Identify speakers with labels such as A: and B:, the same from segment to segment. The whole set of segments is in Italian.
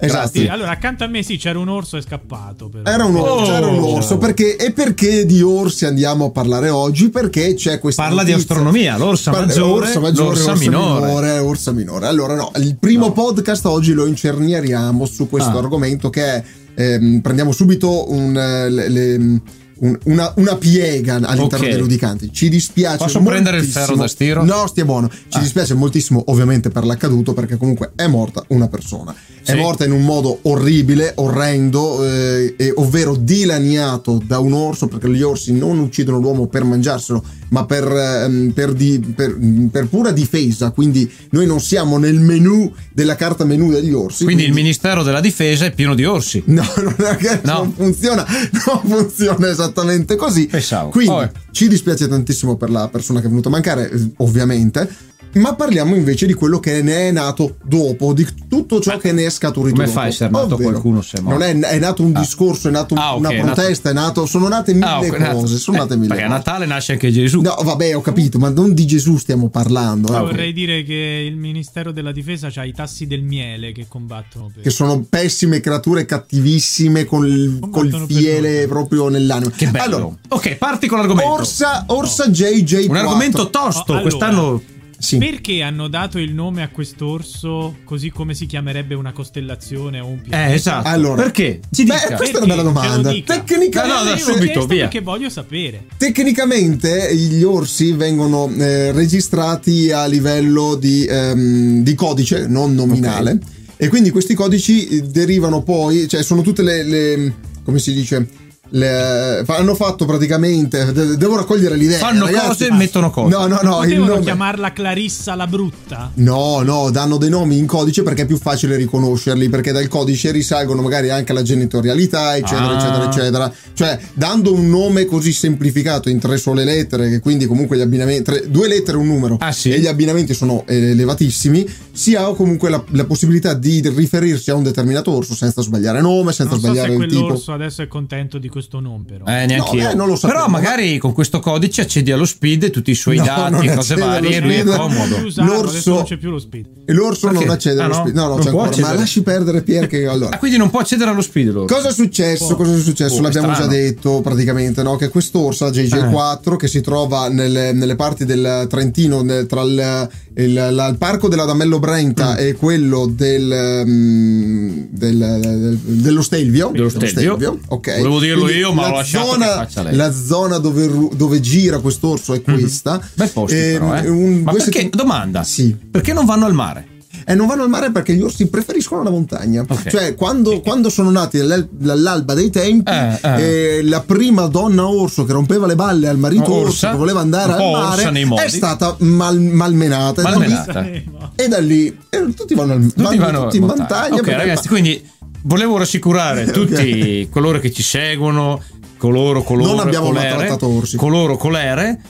A: Esatto.
B: Sì, allora, accanto a me sì, c'era un orso e scappato. Però.
A: Era un orso,
C: Oh!
A: c'era un orso perché, e perché di orsi andiamo a parlare oggi? Perché c'è questa
C: Parla di
A: notizia-
C: astronomia, l'orsa
A: Parla-
C: maggiore,
A: orsa maggiore,
C: l'orsa
A: orsa
C: minore.
A: minore. orsa minore. Allora no, il primo podcast oggi lo incernieriamo su questo
C: Ah.
A: argomento che è, ehm, prendiamo subito un, eh, le- le- un- una, una piega all'interno
C: Ok.
A: dei ludicanti. Ci dispiace
C: Posso prendere il
A: moltissimo-
C: ferro da stiro?
A: No, stia buono. Ci
C: Ah.
A: dispiace moltissimo ovviamente per l'accaduto perché comunque è morta una persona. È
C: Sì.
A: morta in un modo orribile, orrendo, eh, e- ovvero dilaniato da un orso, perché gli orsi non uccidono l'uomo per mangiarselo, ma per, ehm, per di- per- per pura difesa. Quindi noi non siamo nel menu della carta menu degli orsi.
C: Quindi il Ministero della Difesa è pieno di orsi.
A: No, non, è che-
C: No.
A: non funziona, non funziona esattamente così.
C: Pensavo.
A: Quindi
C: Eh, Vabbè.
A: ci dispiace tantissimo per la persona che è venuta a mancare, eh, ovviamente. Ma parliamo invece di quello che ne è nato dopo, di tutto ciò che ne è scaturito.
C: come
A: dopo.
C: fa a essere nato
A: Ovvero,
C: qualcuno se è morto?
A: Non è, è nato un
C: Ah.
A: discorso, è nata
C: Ah, ok,
A: una
C: è nato-
A: protesta, è nato. Sono nate mille
C: Ah, ok,
A: cose.
C: nato-
A: Sono
C: eh,
A: nate mille
C: Perché a
A: cose.
C: Natale nasce anche Gesù.
A: No, vabbè, ho capito, ma non di Gesù stiamo parlando. eh.
C: Ah,
B: Io vorrei dire che il Ministero della Difesa ha i tassi del miele che combattono per...
A: Che sono pessime creature cattivissime col,
B: Non
A: col
B: battono per
A: fiele
B: nulla.
A: proprio nell'anima.
C: Che bello.
A: Allora,
C: ok, parti con l'argomento.
A: Orsa, Orsa JJ.
C: Un argomento tosto.
B: Oh, allora.
C: Quest'anno
A: Sì.
B: Perché hanno dato il nome a quest'orso così come si chiamerebbe una costellazione o un pianeta?
C: Eh, esatto.
A: Allora.
C: Perché? Ci
A: Beh, questa è
C: dica.
B: Perché?
A: una bella domanda.
B: Ce lo dica.
A: Tecnica-
C: No, no, da
B: Io l'ho
C: subito,
B: chiesto
C: via.
B: Perché voglio sapere.
A: Tecnicamente eh, gli orsi vengono eh, registrati a livello di, ehm, di codice, non nominale. E quindi questi codici eh, derivano poi, cioè sono tutte le. le- come si dice? Le, eh, fa- hanno fatto praticamente. de- devo raccogliere l'idea.
C: Fanno
A: eh, ragazzi.
C: cose, mettono cose.
A: No, no, no. il
B: Potevano
A: nome-
B: chiamarla Clarissa la brutta?
A: No, no, danno dei nomi in codice perché è più facile riconoscerli, perché dal codice risalgono magari anche alla genitorialità, eccetera,
C: Ah.
A: eccetera, eccetera. Cioè, dando un nome così semplificato in tre sole lettere, che quindi comunque gli abbinamenti, tre- due lettere e un numero,
C: Ah, sì?
A: e gli abbinamenti sono eh, elevatissimi, si ha comunque la, la possibilità di riferirsi a un determinato orso senza sbagliare nome, senza
B: Non so se
A: sbagliare il tipo.
B: quell'orso adesso è contento di questo nome però.
C: Eh, neanche
A: No,
C: io.
A: eh, non lo sapevo,
C: Però
A: ma-
C: magari con questo codice accedi allo speed e tutti i suoi
A: No, non
C: dati e cose
A: accedi allo
C: varie e lui è
A: speed.
B: Non
C: comodo.
B: usarlo,
A: L'orso-
B: Eh, adesso non c'è più lo speed.
A: E l'orso
C: Perché?
A: non accede
C: Ah,
A: allo
C: no?
A: spi- No, no,
C: Non
A: c'è
C: può
A: ancora. Ma
C: accedere.
A: lasci perdere Pier che allora.
C: Ah, quindi non può accedere allo speed loro.
A: Cosa è successo?
B: Oh.
A: Cosa è successo?
C: Oh,
A: L'abbiamo
C: strano. Eh.
A: già detto praticamente, no? Che quest'orsa JJ4 che si trova nelle, nelle parti del Trentino, nel- tra il, il- la- il parco della Damello
C: Mm.
A: Brenta e quello del, mm, del- del- dello Stelvio.
C: Dello Stelvio.
A: ok.
C: Volevo dirlo io, ma
A: la
C: ho lasciato che
A: zona,
C: faccia lei. Mhm.
A: La zona dove, ru- dove gira quest'orso è questa. Ehm,
C: Bel posto però, eh.
A: un-
C: Ma
A: due
C: perché,
A: settim-
C: domanda,
A: Sì.
C: perché non vanno al mare?
A: E non vanno al mare perché gli orsi preferiscono la montagna.
C: Ok.
A: Cioè, quando, quando sono nati dall'al- dall'alba dei tempi,
C: Eh, eh.
A: eh, la prima donna orso che rompeva le balle al marito
C: Orsa,
A: orso che voleva andare
C: un
A: al
C: po' orsa
A: mare
C: nei modi.
A: è stata mal- malmenata. E da lì-
C: Malmenata.
A: E da lì eh, tutti vanno, al,
C: Tutti
A: vanno
C: vanno
A: tutti
C: in
A: in
C: montagna.
A: montagna.
C: Ok,
A: perché-
C: ragazzi, quindi volevo rassicurare tutti coloro che ci seguono, coloro, coloro,
A: Non abbiamo
C: colere,
A: maltrattato orsi.
C: coloro, colere,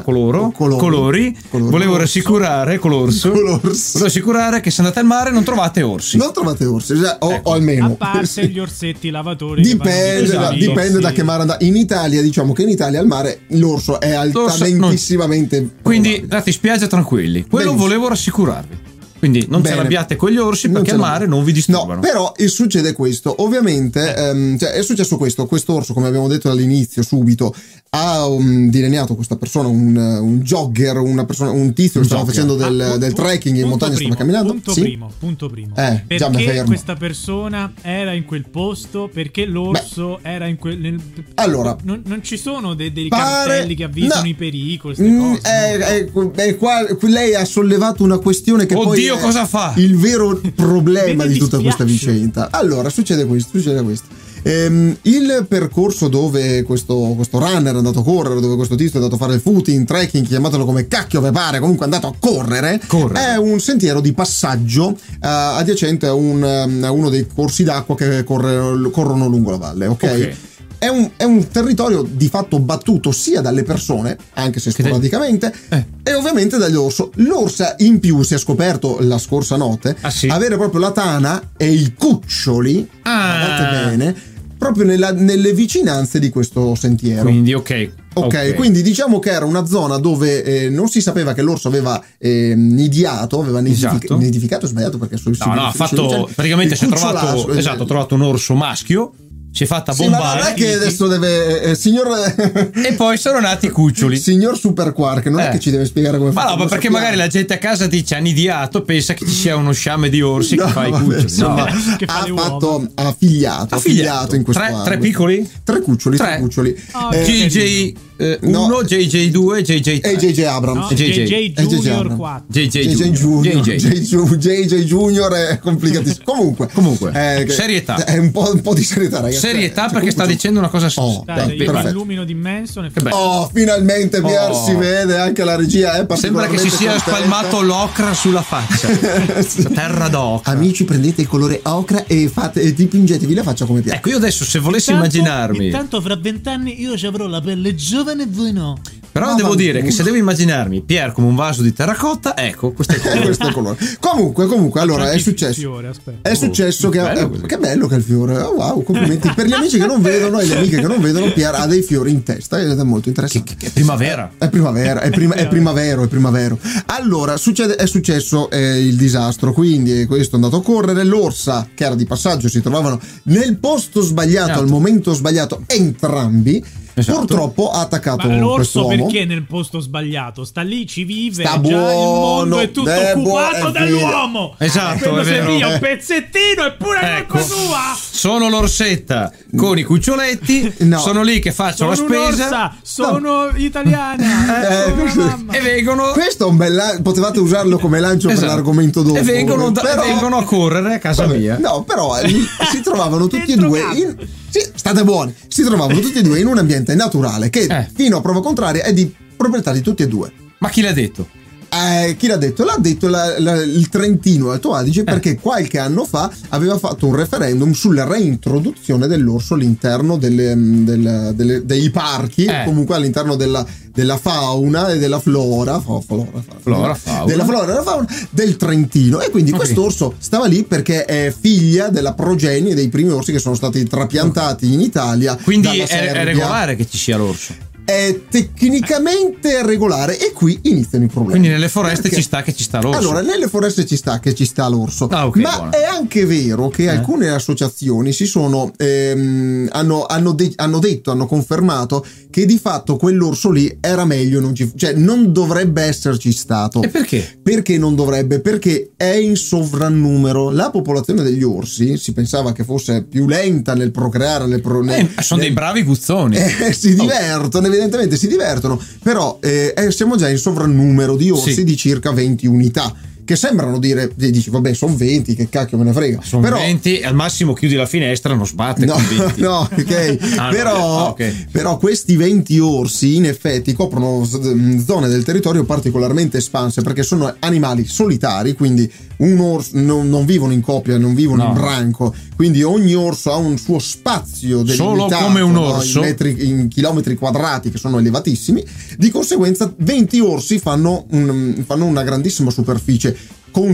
A: Colera,
C: coloro,
A: colori,
C: colori.
A: colori.
C: Volevo rassicurare colorso.
A: Colorso.
C: Volevo assicurare che se andate al mare non trovate orsi.
A: Non trovate orsi, cioè, o,
C: Ecco.
A: o
B: A
A: almeno.
B: parte gli orsetti lavatori che vanno
A: Dipende,
B: di
A: da,
C: Esatto.
A: dipende da
B: sì. Ah,
A: che mare andate. In Italia, diciamo che in Italia al mare l'orso è
C: L'orso non-
A: altamentissimamente.
C: Quindi
A: probabile.
C: andate in spiaggia tranquilli. Quello
A: Benissimo.
C: volevo rassicurarvi. Quindi non ce
A: Bene.
C: l'abbiate con gli orsi
A: Non
C: perché
A: ce
C: al
A: l'ho.
C: mare non vi disturbano. Eh.
A: No, però e succede questo. Ovviamente ehm, cioè, è successo questo. Quest'orso, come abbiamo detto all'inizio, subito ha um, dilaniato questa persona, un, eh, un jogger, una persona, un tizio
C: Un
A: che stava
C: jogger.
A: facendo del,
B: Ah, pu-
A: del
B: pu-
A: trekking in
B: punto
A: montagna, stava
B: primo,
A: camminando.
B: Punto
A: Sì.
B: primo, punto primo.
A: Eh, già mi
B: perché
A: fermo.
B: questa persona era in quel posto? Perché l'orso era in quel. nel-
A: Allora.
B: non, non ci sono de- dei
A: Pare-
B: cartelli che avvisano
A: no.
B: i pericoli. ste
A: Mm,
B: cose,
A: eh,
B: no?
A: eh, eh, qua- qui lei ha sollevato una questione che poi
C: Oddio,
A: è
C: cosa fa?
A: il vero problema
B: Mi
A: di tutta
B: dispiace.
A: questa vicenda. Allora, succede questo, succede questo. Ehm, il percorso dove questo, questo runner è andato a correre, dove questo tizio è andato a fare il footing, trekking, chiamatelo come cacchio ve pare, comunque è andato a correre,
C: Correre.
A: è un sentiero di passaggio eh, adiacente a, un, ehm, a uno dei corsi d'acqua che corre- corrono lungo la valle, ok?
C: Ok.
A: È un, è un territorio di fatto battuto sia dalle persone, anche se
C: Che te-
A: sporadicamente,
C: Eh.
A: e ovviamente dagli orso. L'orsa in più si è scoperto la scorsa notte
C: Ah, sì?
A: avere proprio la tana e i cuccioli,
C: Ah.
A: guardate bene, proprio nella- nelle vicinanze di questo sentiero.
C: Quindi, ok,
A: Ok,
C: Ok.
A: quindi diciamo che era una zona dove eh, non si sapeva che l'orso aveva eh, nidiato, aveva nidific-
C: Esatto.
A: nidificato, è sbagliato perché sul
C: No, no, ha
A: cioè,
C: fatto. Praticamente si è trovato. Esatto, ha trovato un orso maschio. Si è fatta
A: Sì, ma non
C: bombare.
A: è che adesso deve... eh, signor...
C: E poi sono nati i cuccioli.
A: Signor Super Quark, non è
C: Eh.
A: che ci deve spiegare come
C: Ma
A: fa.
C: no, ma perché magari la gente a casa dice nidiato, pensa che ci sia uno sciame di orsi
A: No,
C: che fa i
A: vabbè,
C: cuccioli.
A: insomma,
C: No.
B: Che fa
A: ha
B: le uova.
A: fatto ha figliato, ha figliato in questo
C: tre,
A: anno.
C: tre piccoli?
A: Tre cuccioli, tre,
C: Tre.
A: cuccioli.
B: Ah,
A: Eh,
B: ok.
C: JJ1,
A: No. Eh,
C: JJ2, JJ3.
A: e JJ Abrams.
B: No,
C: JJ.
B: JJ
A: Eh, JJ
B: Junior
A: Abrams.
B: 4.
A: JJ
C: JJ
A: Junior,
C: JJ.
A: JJ JJ Junior è complicatissimo. Comunque, Eh,
C: Comunque,
A: che-
C: serietà.
A: È un po', un po' di serietà, ragazzi.
C: Serietà
A: Cioè,
C: perché sta
A: comunque-
C: dicendo una cosa
A: Oh,
C: s-
B: Dai,
A: dai,
B: il
A: perfetto.
B: illumino di Manson. è-
C: Che bello.
A: Oh, finalmente Pier
C: Oh.
A: si vede, anche la regia è
C: Sembra che si sia spalmato l'ocra sulla faccia. La terra d'ocra.
A: Amici, prendete il colore ocra e, fate, e dipingetevi la faccia come piace.
C: Ecco, io adesso se volessi
B: Intanto-
C: immaginarmi,
B: Intanto fra vent'anni io ci avrò la pelle giovane e voi no.
C: però
A: Mamma
C: devo
A: mia.
C: dire che se devo immaginarmi Pier come un vaso di terracotta, ecco, questo è
A: Eh,
C: quello.
A: questo è il colore. Comunque, comunque, allora è
B: Anche il
A: successo.
B: fiore, aspetta.
A: È successo
C: Oh,
A: che.
C: bello
A: eh,
C: questo.
A: che bello che è il fiore! Oh, wow, complimenti. Per gli amici che non vedono e le amiche che non vedono, Pier ha dei fiori in testa ed è molto interessante.
C: Che- che è primavera.
A: È primavera, è, prima- è primavero, è primavero. Allora, succede- è successo eh, il disastro, quindi eh, questo è andato a correre, l'orsa che era di passaggio si trovavano nel posto sbagliato,
C: Esatto.
A: al momento sbagliato, entrambi.
C: Esatto.
A: Purtroppo ha attaccato
B: Ma l'orso
A: quest'uomo.
B: perché è nel posto sbagliato? Sta lì, ci vive,
A: Sta
B: già il mondo
A: buono,
B: è tutto
A: è buo-
B: occupato
A: è
B: dall'uomo.
C: vero. Esatto,
B: Quello
C: è
B: se
C: vero.
B: via un pezzettino e pure è
C: Ecco.
B: colpa sua.
C: Sono l'orsetta con i cuccioletti,
A: No.
C: sono lì che faccio
B: Sono
C: la spesa
B: un'orsa, sono italiana.
A: Eh,
B: sono
A: questo-
B: una mamma.
C: e vengono,
A: Questo è un bel lan- potevate usarlo come lancio
C: Esatto.
A: per l'argomento dopo. eh.
C: e vengono, da-
A: però-
C: vengono a correre a casa
A: vabbè,
C: mia.
A: No, però eh, lì si trovavano tutti e
B: Dentro
A: due
B: casa.
A: in Sì, state buoni. Si trovavano tutti e due in un ambiente naturale che
C: Eh.
A: fino a prova contraria è di proprietà di tutti e due.
C: Ma chi l'ha detto?
A: Eh, chi l'ha detto? L'ha detto la- la- il Trentino Alto Adige
C: Eh.
A: perché qualche anno fa aveva fatto un referendum sulla reintroduzione dell'orso all'interno delle, mm, del- delle- dei parchi,
C: Eh.
A: comunque all'interno della, della fauna e della flora, fa- flora, fa-
C: Flora, fauna.
A: della flora e della fauna del Trentino. E quindi
C: Ok.
A: quest'orso stava lì perché è figlia della progenie dei primi orsi che sono stati trapiantati in Italia.
C: Quindi
A: dalla
C: è, è
A: Serbia.
C: regolare che ci sia l'orso.
A: È tecnicamente regolare e qui iniziano i problemi.
C: Quindi nelle foreste
A: Perché-
C: ci sta che ci sta l'orso.
A: allora, nelle foreste ci sta che ci sta l'orso,
C: Ah, ok,
A: ma
C: buono. Eh?
A: è anche vero che alcune associazioni si sono ehm, hanno, hanno de- hanno detto, hanno confermato che di fatto quell'orso lì era meglio, non ci- cioè non dovrebbe esserci stato.
C: e perché?
A: Perché non dovrebbe? Perché è in sovrannumero. La popolazione degli orsi si pensava che fosse più lenta nel procreare, nel pro- nel-
C: Eh, sono
A: nel-
C: dei bravi guzzoni.
A: eh, si divertono, evidentemente si divertono, però eh, eh, siamo già in sovrannumero di orsi
C: Sì.
A: di circa 20 unità, che sembrano dire, eh, dici vabbè sono 20, che cacchio me ne frega,
C: sono
A: però...
C: 20, al massimo chiudi la finestra, non sbatte
A: No,
C: con 20.
A: no, ok.
C: Ah, no.
A: però,
C: Ah, ok.
A: però questi 20 orsi in effetti coprono z- mh, zone del territorio particolarmente espanse perché sono animali solitari, quindi un orso non, non vivono in coppia, non vivono
C: No.
A: in branco, quindi ogni orso ha un suo spazio
C: Solo
A: delimitato,
C: come un
A: no,
C: orso.
A: in, metri- in chilometri quadrati che sono elevatissimi, di conseguenza 20 orsi fanno, un- fanno una grandissima superficie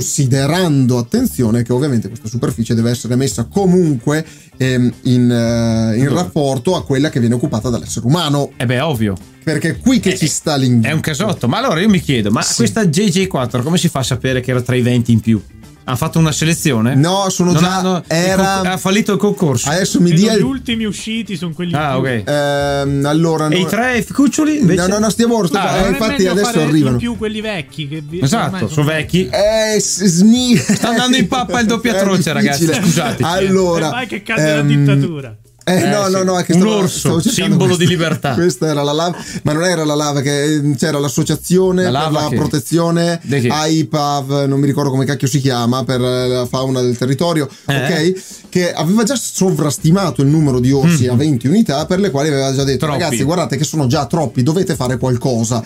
A: considerando attenzione che ovviamente questa superficie deve essere messa comunque ehm, in, eh, in
C: Dove?
A: rapporto a quella che viene occupata dall'essere umano
C: Eh beh, ovvio,
A: perché è qui che ci sta
C: Eh, è
A: l'inghippo
C: un casotto. Ma allora io mi chiedo, ma
A: Sì.
C: questa JJ4 come si fa a sapere che era tra i 20 in più? Ha fatto una selezione?
A: no sono
C: Non
A: già
C: hanno- il conc-
A: era Ah,
C: ha fallito il concorso.
A: adesso mi
B: Vedo
A: dia
B: gli
A: il,
B: ultimi usciti sono quelli
C: Ah,
B: più-
C: ok.
A: ehm, allora no,
C: E i tre cuccioli invece?
A: no no no stiamo
B: Scusa,
A: stiamo-
C: Ah,
A: eh,
B: non è
A: infatti
B: meglio
A: adesso
B: fare
A: arrivano
B: in più quelli vecchi che vi- ormai
C: Esatto, sono vecchi.
A: Eh, s- sni-
C: Sta andando in pappa il doppia
A: È
C: croce, ragazzi,
A: difficile.
C: scusateci.
A: Allora,
B: Ormai Eh, che cade la
A: ehm,
B: dittatura.
A: Eh,
C: Eh,
A: no,
C: sì.
A: no, no, è che
C: Un
A: stavo-
C: orso,
A: stavo cercando
C: simbolo
A: questo.
C: di libertà.
A: Questa era la lava, ma non era la lava, che eh, c'era l'associazione
C: La lava
A: per la
C: che-
A: protezione
C: De che?
A: AIPAV, non mi ricordo come cacchio si chiama, per eh, la fauna del territorio,
C: Eh.
A: ok? Che aveva già sovrastimato il numero di orsi a 20 unità, per le quali aveva già detto,
C: Mm. Troppi.
A: ragazzi, guardate che sono già troppi, dovete fare qualcosa.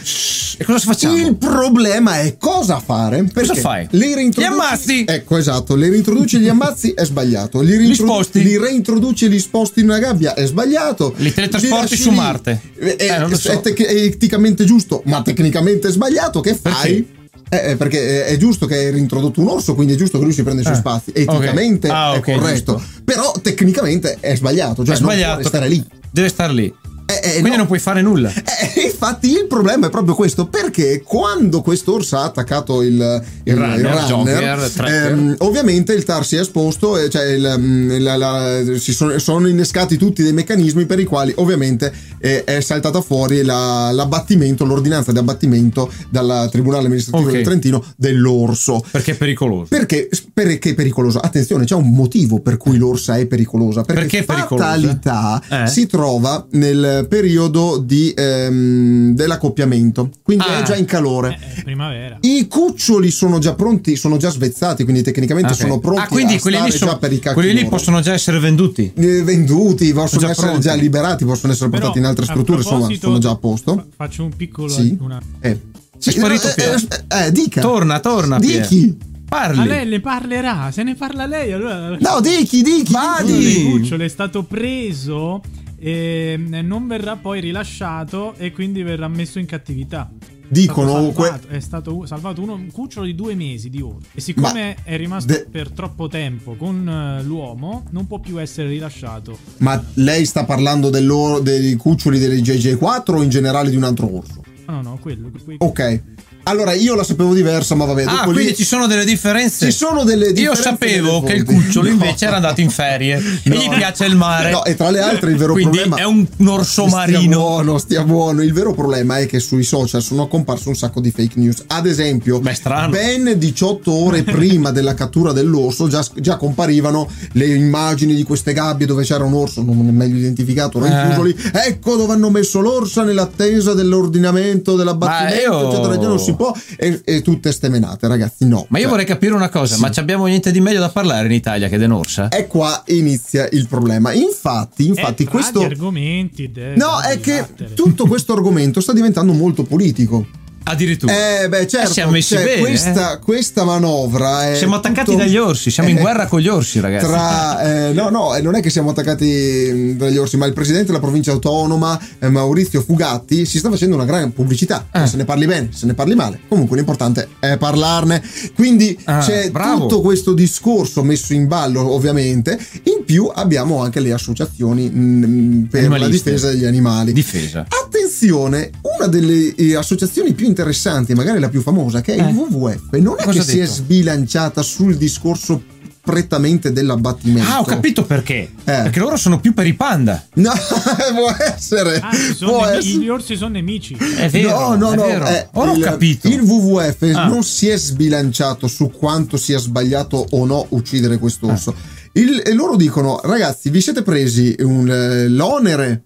C: E cosa facciamo?
A: Il problema è cosa fare. Perché
C: fai?
A: Li reintroduci.
C: Li ammazzi?
A: Ecco, esatto. Li rintroduci e li ammazzi è sbagliato. Li, rintrodu-
C: sposti?
A: Li reintroduci e li sposti in una gabbia è sbagliato.
C: Li teletrasporti
A: lasci
C: su
A: lì.
C: Marte.
A: È,
C: Eh, non lo so.
A: è tec- è eticamente giusto, ma tecnicamente sbagliato. Che fai? Eh, eh, perché è è giusto che hai reintrodotto un orso, quindi è giusto che lui si prenda i suoi
C: Eh,
A: spazi.
C: ok.
A: Eticamente
C: Ah,
A: è
C: ok,
A: corretto, però tecnicamente è sbagliato. Cioè,
C: è
A: non può
C: sbagliato.
A: restare lì.
C: Deve stare lì.
A: Eh, eh,
C: Quindi
A: no.
C: non puoi fare nulla.
A: Eh, infatti il problema è proprio questo, perché quando quest'orsa ha attaccato il, il-
C: runner,
A: il runner, ehm,
C: Joker, tracker.
A: ovviamente il TAR si è esposto, eh, cioè il, mm, la- la- si sono, sono innescati tutti dei meccanismi per i quali ovviamente eh, è saltata fuori la- l'abbattimento, l'ordinanza di abbattimento dal Tribunale Amministrativo
C: Ok.
A: del Trentino dell'orso.
C: Perché è pericoloso.
A: Perché, perché è pericoloso? Attenzione, c'è un motivo per cui l'orsa è pericolosa.
C: Perché
A: Perché,
C: è pericolosa?
A: fatalità
C: Eh.
A: si trova nel periodo di, ehm, dell'accoppiamento, quindi
C: Ah.
A: è già in calore.
B: Eh, è primavera.
A: I cuccioli sono già pronti, sono già svezzati, quindi tecnicamente
C: Ah, ok.
A: sono pronti
C: Ah, quindi
A: a
C: quelli
A: stare
C: lì, sono-
A: già per i cacchi
C: quelli lì
A: loro.
C: possono già essere venduti.
A: Eh, venduti, possono
C: già
A: essere
C: pronti.
A: già liberati, possono essere
B: Però,
A: portati in altre
B: a
A: strutture, insomma,
B: proposito,
A: sono già a posto.
B: fa- Faccio un piccolo
A: Sì.
B: una-
A: Eh.
C: È sparito Pier.
A: eh, eh, eh, dica.
C: Torna, torna.
A: Di
C: Pier.
A: chi?
C: Parli.
B: Ma lei ne parlerà, se ne parla lei allora
A: No, dichi, dichi.
C: Vadi.
A: dichi.
C: Sì.
B: Cucciolo è stato preso e mm, non verrà poi rilasciato e quindi verrà messo in cattività.
A: Dicono
B: è stato,
A: que-
B: salvato, è stato u- salvato uno, un cucciolo di due mesi di oro. E siccome è rimasto
A: de-
B: per troppo tempo con eh, l'uomo, non può più essere rilasciato.
A: Ma lei sta parlando dell'oro- dei cuccioli delle JJ4 o in generale di un altro orso?
B: No, no, quello. que-
A: Ok. Allora io la sapevo diversa, ma vabbè.
C: Ah,
A: dopo lì-
C: quindi ci sono delle differenze.
A: ci sono delle
C: Io
A: differenze
C: sapevo
A: nelle
C: che il
A: fonti.
C: cucciolo
A: No.
C: invece era andato in ferie
A: No.
C: e gli piace il mare.
A: No, eh, e tra le altre il vero
C: quindi
A: problema
C: è un, un orso
A: Stia
C: marino.
A: buono, stia buono. Il vero problema è che sui social sono comparso un sacco di fake news. Ad esempio,
C: Beh, strano.
A: ben 18 ore prima della cattura dell'orso già, già comparivano le immagini di queste gabbie dove c'era un orso, non è meglio identificato,
C: Eh.
A: erano chiuso lì. Ecco dove hanno messo l'orsa nell'attesa dell'ordinamento, dell'abbattimento,
C: Ma io-
A: eccetera. eccetera, Non si può. E, e tutte ste menate, ragazzi, no.
C: Ma io
A: Cioè,
C: vorrei capire una cosa,
A: Sì. Eh,
C: ma ci abbiamo niente di meglio da parlare in Italia che dell'orsa?
A: E Cioè, qua inizia il problema. Infatti, infatti
B: è tra
A: questo...
B: gli argomenti del-
A: No, è
B: del
A: che
B: latere.
A: tutto questo argomento sta diventando molto politico.
C: Addirittura.
A: Eh, beh, certo.
C: siamo messi
A: cioè,
C: bene, eh?
A: questa, questa manovra è.
C: siamo attaccati
A: tutto-
C: dagli orsi, siamo in
A: eh,
C: guerra con gli orsi, ragazzi.
A: Tra, eh, no, no, eh, non è che siamo attaccati mh, dagli orsi, ma il presidente della provincia autonoma, eh, Maurizio Fugatti, si sta facendo una gran pubblicità.
C: Ah.
A: Se ne parli bene, se ne parli male. Comunque l'importante è parlarne. Quindi
C: Ah,
A: c'è
C: bravo.
A: tutto questo discorso messo in ballo, ovviamente. In più abbiamo anche le associazioni mh, per la
C: Animaliste.
A: difesa degli animali.
C: Difesa.
A: Attenzione, una delle eh, associazioni più interessanti, magari la più famosa, che è
C: Eh.
A: il WWF, non è
C: Cosa
A: che
C: ha
A: si è
C: detto?
A: sbilanciata sul discorso prettamente dell'abbattimento.
C: Ah, ho capito
A: Eh.
C: perché. Perché loro sono più per i panda.
A: No, può essere.
B: Ah, ci sono
A: può
B: nemi-
A: essere.
B: gli orsi sono nemici.
C: È
A: no,
C: vero.
A: no,
C: è
A: no.
C: vero.
A: eh,
C: Ora ho
A: il,
C: capito.
A: Il WWF
C: Ah.
A: non si è sbilanciato su quanto sia sbagliato o no uccidere
C: Ah.
A: quest'orso. Il- e loro dicono, ragazzi, vi siete presi un, eh, l'onere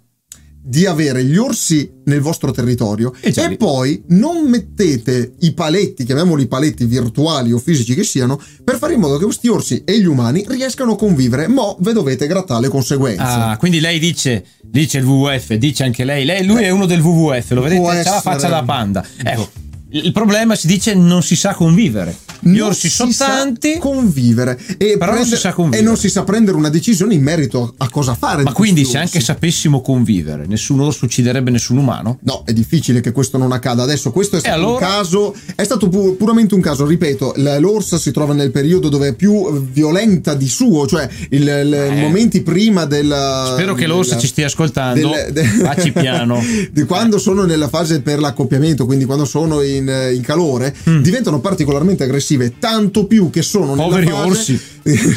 A: di avere gli orsi nel vostro territorio e,
C: E Eh, già lì.
A: poi non mettete i paletti, chiamiamoli paletti virtuali o fisici che siano, per fare in modo che questi orsi e gli umani riescano a convivere, ma ve dovete grattare le conseguenze.
C: Ah, quindi lei dice, dice il WWF, dice anche lei, lei lui è uno del WWF, lo vedete,
A: Può
C: c'ha la
A: essere.
C: faccia da panda. Ecco, il problema si dice non si sa convivere. Gli
A: non
C: orsi
A: si
C: sono
A: sa
C: tanti,
A: convivere e,
C: Però non
A: prendere-
C: si sa convivere.
A: e non si sa prendere una decisione in merito a cosa fare.
C: ma
A: di
C: quindi
A: questi
C: se anche
A: orsi.
C: sapessimo convivere, nessun orso ucciderebbe nessun umano?
A: No, è difficile che questo non accada. Adesso questo è stato
C: allora?
A: un caso, è stato pu- puramente un caso, ripeto, la- l'orsa si trova nel periodo dove è più eh, violenta di suo, cioè i
C: Eh.
A: momenti prima della...
C: Spero che l'orso
A: della-
C: ci stia ascoltando,
A: del- de-
C: facci piano. Eh.
A: di quando sono nella fase per l'accoppiamento, quindi quando sono in, in calore,
C: Mm.
A: diventano particolarmente aggressive, tanto più che sono nella
C: Poveri
A: fase-
C: orsi.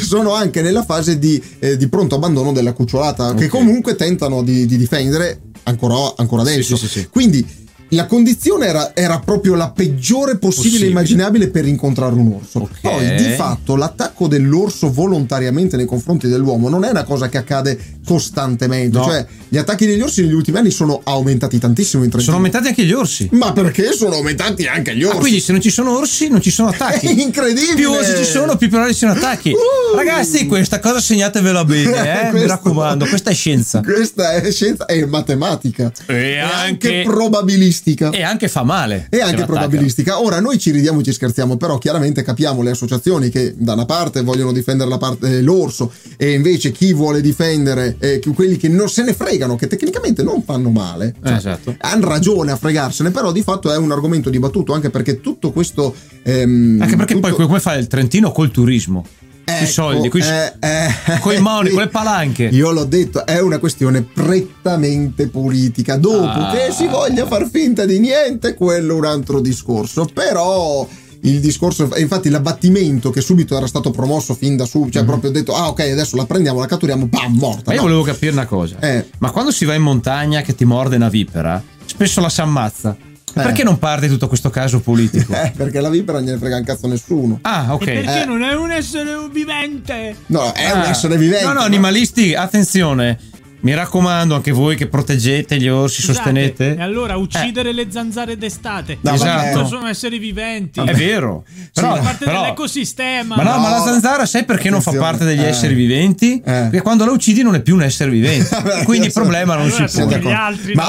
A: sono anche nella fase di, eh, di pronto abbandono della cucciolata,
C: Ok.
A: che comunque tentano di, di difendere ancora, ancora
C: Sì,
A: adesso.
C: sì, sì, sì.
A: Quindi la condizione era, era proprio la peggiore possibile
C: Possibile.
A: e immaginabile per incontrare un orso.
C: Ok.
A: Poi, di fatto, l'attacco dell'orso volontariamente nei confronti dell'uomo non è una cosa che accade costantemente.
C: No.
A: Cioè, gli attacchi degli orsi negli ultimi anni sono aumentati tantissimo in
C: Sono
A: Trentino.
C: aumentati anche gli orsi.
A: Ma perché sono aumentati anche gli
C: Ah,
A: orsi?
C: quindi se non ci sono orsi non ci sono attacchi.
A: È incredibile!
C: Più orsi ci sono, più perori ci sono attacchi.
A: Uh!
C: Ragazzi, questa cosa segnatevela bene, eh? mi
A: Questo-
C: raccomando, questa è scienza.
A: Questa è scienza e matematica.
C: E
A: È
C: anche-
A: probabilistica.
C: E anche fa male.
A: e
C: se
A: anche
C: l'attaccano.
A: probabilistica. Ora noi ci ridiamo e ci scherziamo, però chiaramente capiamo le associazioni che da una parte vogliono difendere la parte- eh, l'orso e invece chi vuole difendere eh, chi- quelli che non se ne fregano, che tecnicamente non fanno male.
C: Eh, esatto.
A: Hanno ragione a fregarsene, però di fatto è un argomento dibattuto anche perché tutto questo... ehm,
C: Anche perché
A: tutto-
C: poi come fa il Trentino col turismo? i soldi, coi-
A: eh, eh,
C: coi mauli,
A: sì.
C: con le palanche.
A: Io l'ho detto, è una questione prettamente politica. Dopo
C: Ah.
A: che si voglia far finta di niente, quello è un altro discorso. Però il discorso, e infatti l'abbattimento che subito era stato promosso fin da subito, cioè proprio detto, ah ok, adesso la prendiamo, la catturiamo, bam, morta.
C: Mm-hmm. Ma io
A: no.
C: volevo capire una cosa.
A: Eh.
C: Ma quando si va in montagna che ti morde una vipera, spesso la si ammazza. E
A: Eh.
C: Perché non parte tutto questo caso politico?
A: Eh, perché la vipera non gliene frega un cazzo a nessuno.
C: Ah, ok.
B: E perché
A: Eh.
B: non è un essere vivente?
A: No, è un
C: Ah.
A: essere vivente.
C: No, no,
A: no?
C: animalisti, attenzione. Mi raccomando, anche voi che proteggete gli orsi,
B: Scusate,
C: sostenete. Eh,
B: E allora uccidere le zanzare d'estate.
A: No,
C: Esatto.
B: Non sono esseri viventi.
C: È vero. Però,
B: Sono parte
C: però-
B: dell'ecosistema.
C: Ma no, ma la
A: No.
C: zanzara sai perché non fa
A: Attenzione.
C: parte degli
A: Eh.
C: esseri viventi? Perché quando la uccidi non è più un essere vivente. Quindi il problema non
B: Allora
C: si
B: siamo
A: Siete
C: pone.
B: gli altri,
A: Ma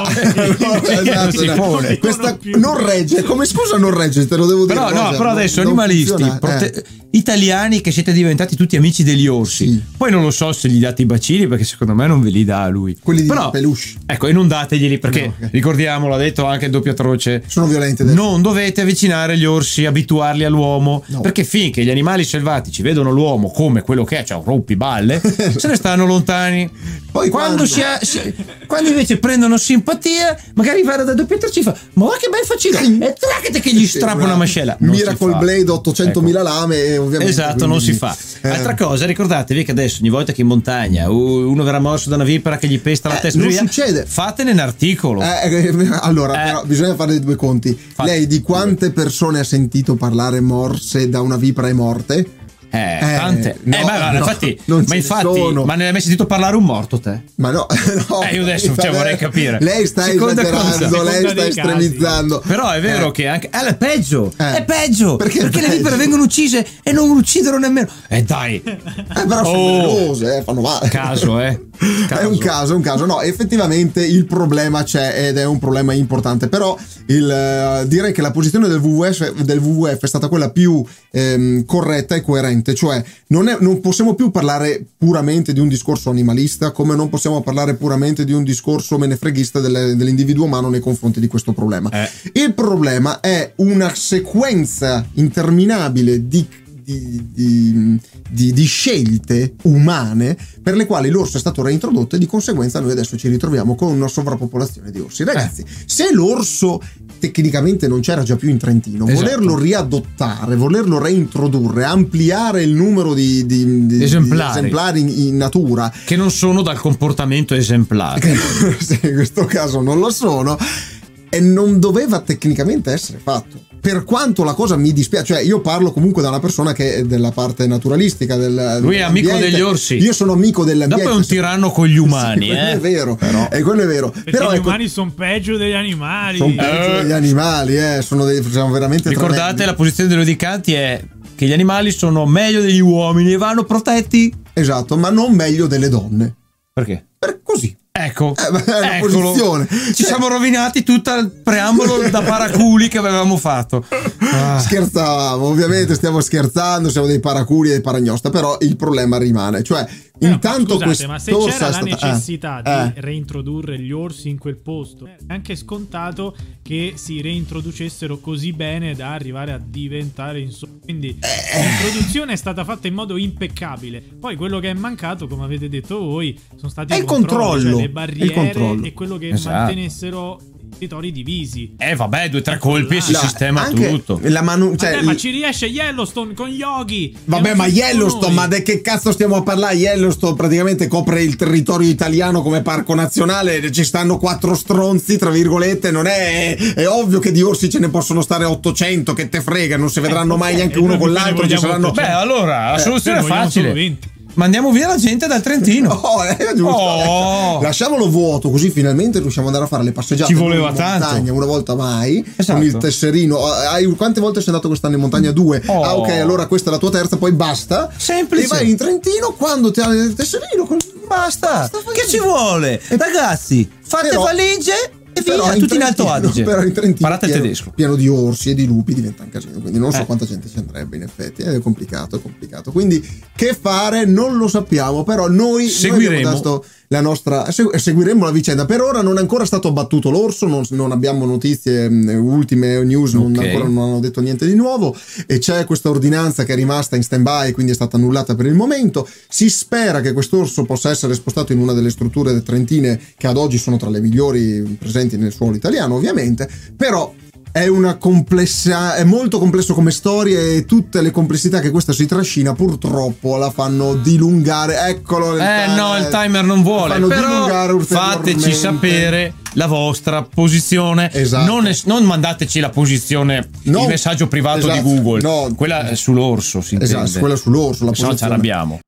B: no?
A: esatto,
C: si
A: dai.
C: pone.
A: questa
B: più.
A: non regge. Come scusa non regge, te lo devo dire.
C: Però, no,
A: Roger,
C: però
A: non-
C: adesso
A: non
C: animalisti,
A: funziona.
C: prote-
A: Eh.
C: italiani che siete diventati tutti amici degli orsi.
A: Sì.
C: Poi non lo so se gli date i bacini perché secondo me non ve li dà lui.
A: Quelli di
C: però,
A: peluche.
C: Ecco, e non dateglieli perché
A: No, ok.
C: ricordiamo, l'ha detto anche il doppio atroce.
A: Sono violenti adesso.
C: Non dovete avvicinare gli orsi, abituarli all'uomo,
A: No.
C: perché finché gli animali selvatici vedono l'uomo come quello che è, cioè un rompiballe, se ne stanno lontani.
A: Poi quando?
C: quando, si ha- si- quando invece prendono simpatia, magari vanno da doppietto ci fa, ma guarda che bel faccino, e tracchete che gli strappa una mascella. Non si
A: Miracle
C: fa.
A: Blade 800.000
C: Ecco.
A: lame e ovviamente
C: Esatto,
A: quindi-
C: non si fa.
A: Eh.
C: Altra cosa, ricordatevi che adesso ogni volta che in montagna u- uno verrà morso da una vipera che gli pesta la
A: Eh,
C: testa,
A: non
C: via,
A: succede.
C: Fatene un articolo.
A: Eh, eh, allora,
C: Eh.
A: però bisogna fare due conti.
C: Fatti.
A: Lei di quante persone ha sentito parlare morse da una vipera e morte?
C: Eh,
A: Eh,
C: tante.
A: no,
C: Eh, ma, ma
A: no,
C: infatti,
A: non ce
C: ma
A: ne
C: infatti,
A: sono.
C: ma ne hai mai sentito parlare un morto te?
A: Ma no, no.
C: Eh, io adesso, cioè, vorrei capire.
A: Lei sta
C: Seconda
A: esagerando,
C: cosa.
A: lei
B: Seconda
A: sta
B: dei casi.
A: estremizzando.
C: Però è vero che anche. Eh, è peggio!
A: Eh.
C: È peggio!
A: Perché è
C: Perché, le
A: peggio?
C: vipere vengono uccise e non uccidono nemmeno. Eh dai!
A: Eh, però sono
C: Oh.
A: velenose, eh, fanno male.
C: Caso, eh.
A: È un caso, è un caso. No, effettivamente il problema c'è ed è un problema importante. Però il, eh, direi che la posizione del WWF, del WWF è stata quella più ehm, corretta e coerente. Cioè, non, è- non possiamo più parlare puramente di un discorso animalista, come non possiamo parlare puramente di un discorso menefreghista delle- dell'individuo umano nei confronti di questo problema.
C: Eh.
A: Il problema è una sequenza interminabile di, di- di- di- di scelte umane per le quali l'orso è stato reintrodotto e di conseguenza noi adesso ci ritroviamo con una sovrappopolazione di orsi. Ragazzi,
C: Eh.
A: se l'orso tecnicamente non c'era già più in Trentino,
C: Esatto.
A: volerlo riadottare, volerlo reintrodurre, ampliare il numero di, di- di- di
C: Esemplari.
A: esemplari in- in natura
C: Che non sono dal comportamento esemplare.
A: che se in questo caso non lo sono e non doveva tecnicamente essere fatto per quanto la cosa mi dispiace cioè io parlo comunque da una persona che è della parte naturalistica del,
C: Lui è amico
A: dell'ambiente.
C: degli orsi.
A: io sono amico dell'ambiente
C: Dopo è un tiranno con gli
A: Sì,
C: umani,
A: quello
C: eh.
A: è vero e quello è vero
B: Perché
A: però
B: gli
A: ecco,
B: umani sono peggio degli animali.
A: sono peggio
C: Eh.
A: degli animali eh, sono, dei, sono veramente
C: Ricordate,
A: tremendi.
C: la posizione dei lodicanti è che gli animali sono meglio degli uomini e vanno protetti.
A: esatto ma non meglio delle donne
C: Perché?
A: per così
C: Ecco,
A: Eh, ma è una
C: eccolo.
A: posizione.
C: Ci
A: Cioè-
C: siamo rovinati tutto il preambolo da paraculi che avevamo fatto. Ah.
A: Scherzavamo, ovviamente stiamo scherzando, siamo dei paraculi e dei paragnosta, però il problema rimane. Cioè,
B: Però,
A: intanto
B: ma Eh, scusate, ma se
A: questo
B: c'era la
A: è stata-
B: necessità
A: eh,
B: di reintrodurre gli orsi in quel posto, è anche scontato che si reintroducessero così bene da arrivare a diventare insomma. Quindi
A: Eh.
B: l'introduzione è stata fatta in modo impeccabile. Poi quello che è mancato, come avete detto voi, sono stati
A: È
B: i
A: il
B: controlli,
A: controllo,
B: cioè le
A: è il
B: barriere
A: controllo.
B: e quello che
C: Esatto.
B: mantenessero i territori divisi.
C: Eh vabbè, due o tre colpi e si
A: la-
C: sistema
A: anche
C: tutto.
A: La manu- cioè,
B: Vabbè, ma
A: l-
B: ci riesce Yellowstone con Yogi. che
A: Vabbè,
B: non
A: ma
B: ci siamo
A: Yellowstone,
B: noi.
A: ma di che cazzo stiamo a parlare? Yellowstone praticamente copre il territorio italiano come parco nazionale, ci stanno quattro stronzi, tra virgolette, non è, è ovvio che di orsi ce ne possono stare 800, che te frega, non si vedranno mai
B: Eh, ok,
A: neanche
B: e
A: uno
B: noi
A: con
B: quindi
A: l'altro, ci saranno...
B: vogliamo
C: Beh, allora,
A: eh,
C: la soluzione è
B: noi vogliamo solo
C: facile.
B: 20.
C: Mandiamo via la gente dal Trentino.
A: Oh, è giusto. Ecco,
C: Oh.
A: Lasciamolo vuoto, così finalmente riusciamo ad andare a fare le passeggiate
C: Ci voleva
A: in
C: tanto.
A: montagna una volta mai.
C: Esatto.
A: Con il tesserino. Ah, hai- quante volte sei andato quest'anno in montagna? Due.
C: Oh.
A: Ah, ok, allora questa è la tua terza, poi basta.
C: Semplice.
A: E vai in Trentino quando ti hanno il tesserino. con-
C: Basta,
A: Sta facendo- Eh,
C: che ci vuole? Ragazzi, fate
A: Però-
C: valigie e
A: Però
C: via, tutti in Alto
A: Trentino-
C: Adige.
A: Però in Trentino
C: Parlate il
A: pieno,
C: tedesco.
A: pieno di orsi e di lupi diventa un casino, quindi non so
C: Eh.
A: quanta gente ci andrebbe in effetti, è complicato, è complicato. Quindi che fare non lo sappiamo, però noi noi abbiamo
C: Seguiremo
A: dato la nostra. seguiremo la vicenda. Per ora non è ancora stato abbattuto l'orso, non, non abbiamo notizie mm, ultime news, non,
C: Ok.
A: ancora non hanno detto niente di nuovo. E c'è questa ordinanza che è rimasta in stand-by, quindi è stata annullata per il momento. Si spera che quest'orso possa essere spostato in una delle strutture trentine che ad oggi sono tra le migliori presenti nel suolo italiano, ovviamente. Però è una complessa è molto complesso come storia e tutte le complessità che questa si trascina purtroppo la fanno dilungare eccolo
C: Eh no, il timer non vuole.
A: fanno dilungare
C: Però
A: ulteriormente.
C: fateci sapere la vostra posizione.
A: Esatto.
C: Non, es- non mandateci la posizione,
A: No.
C: il messaggio privato di
A: Esatto.
C: Google.
A: No.
C: Quella è sull'orso, si
A: esatto
C: intende.
A: quella sull'orso la
C: Se no ci
A: posizione.
C: arrabbiamo.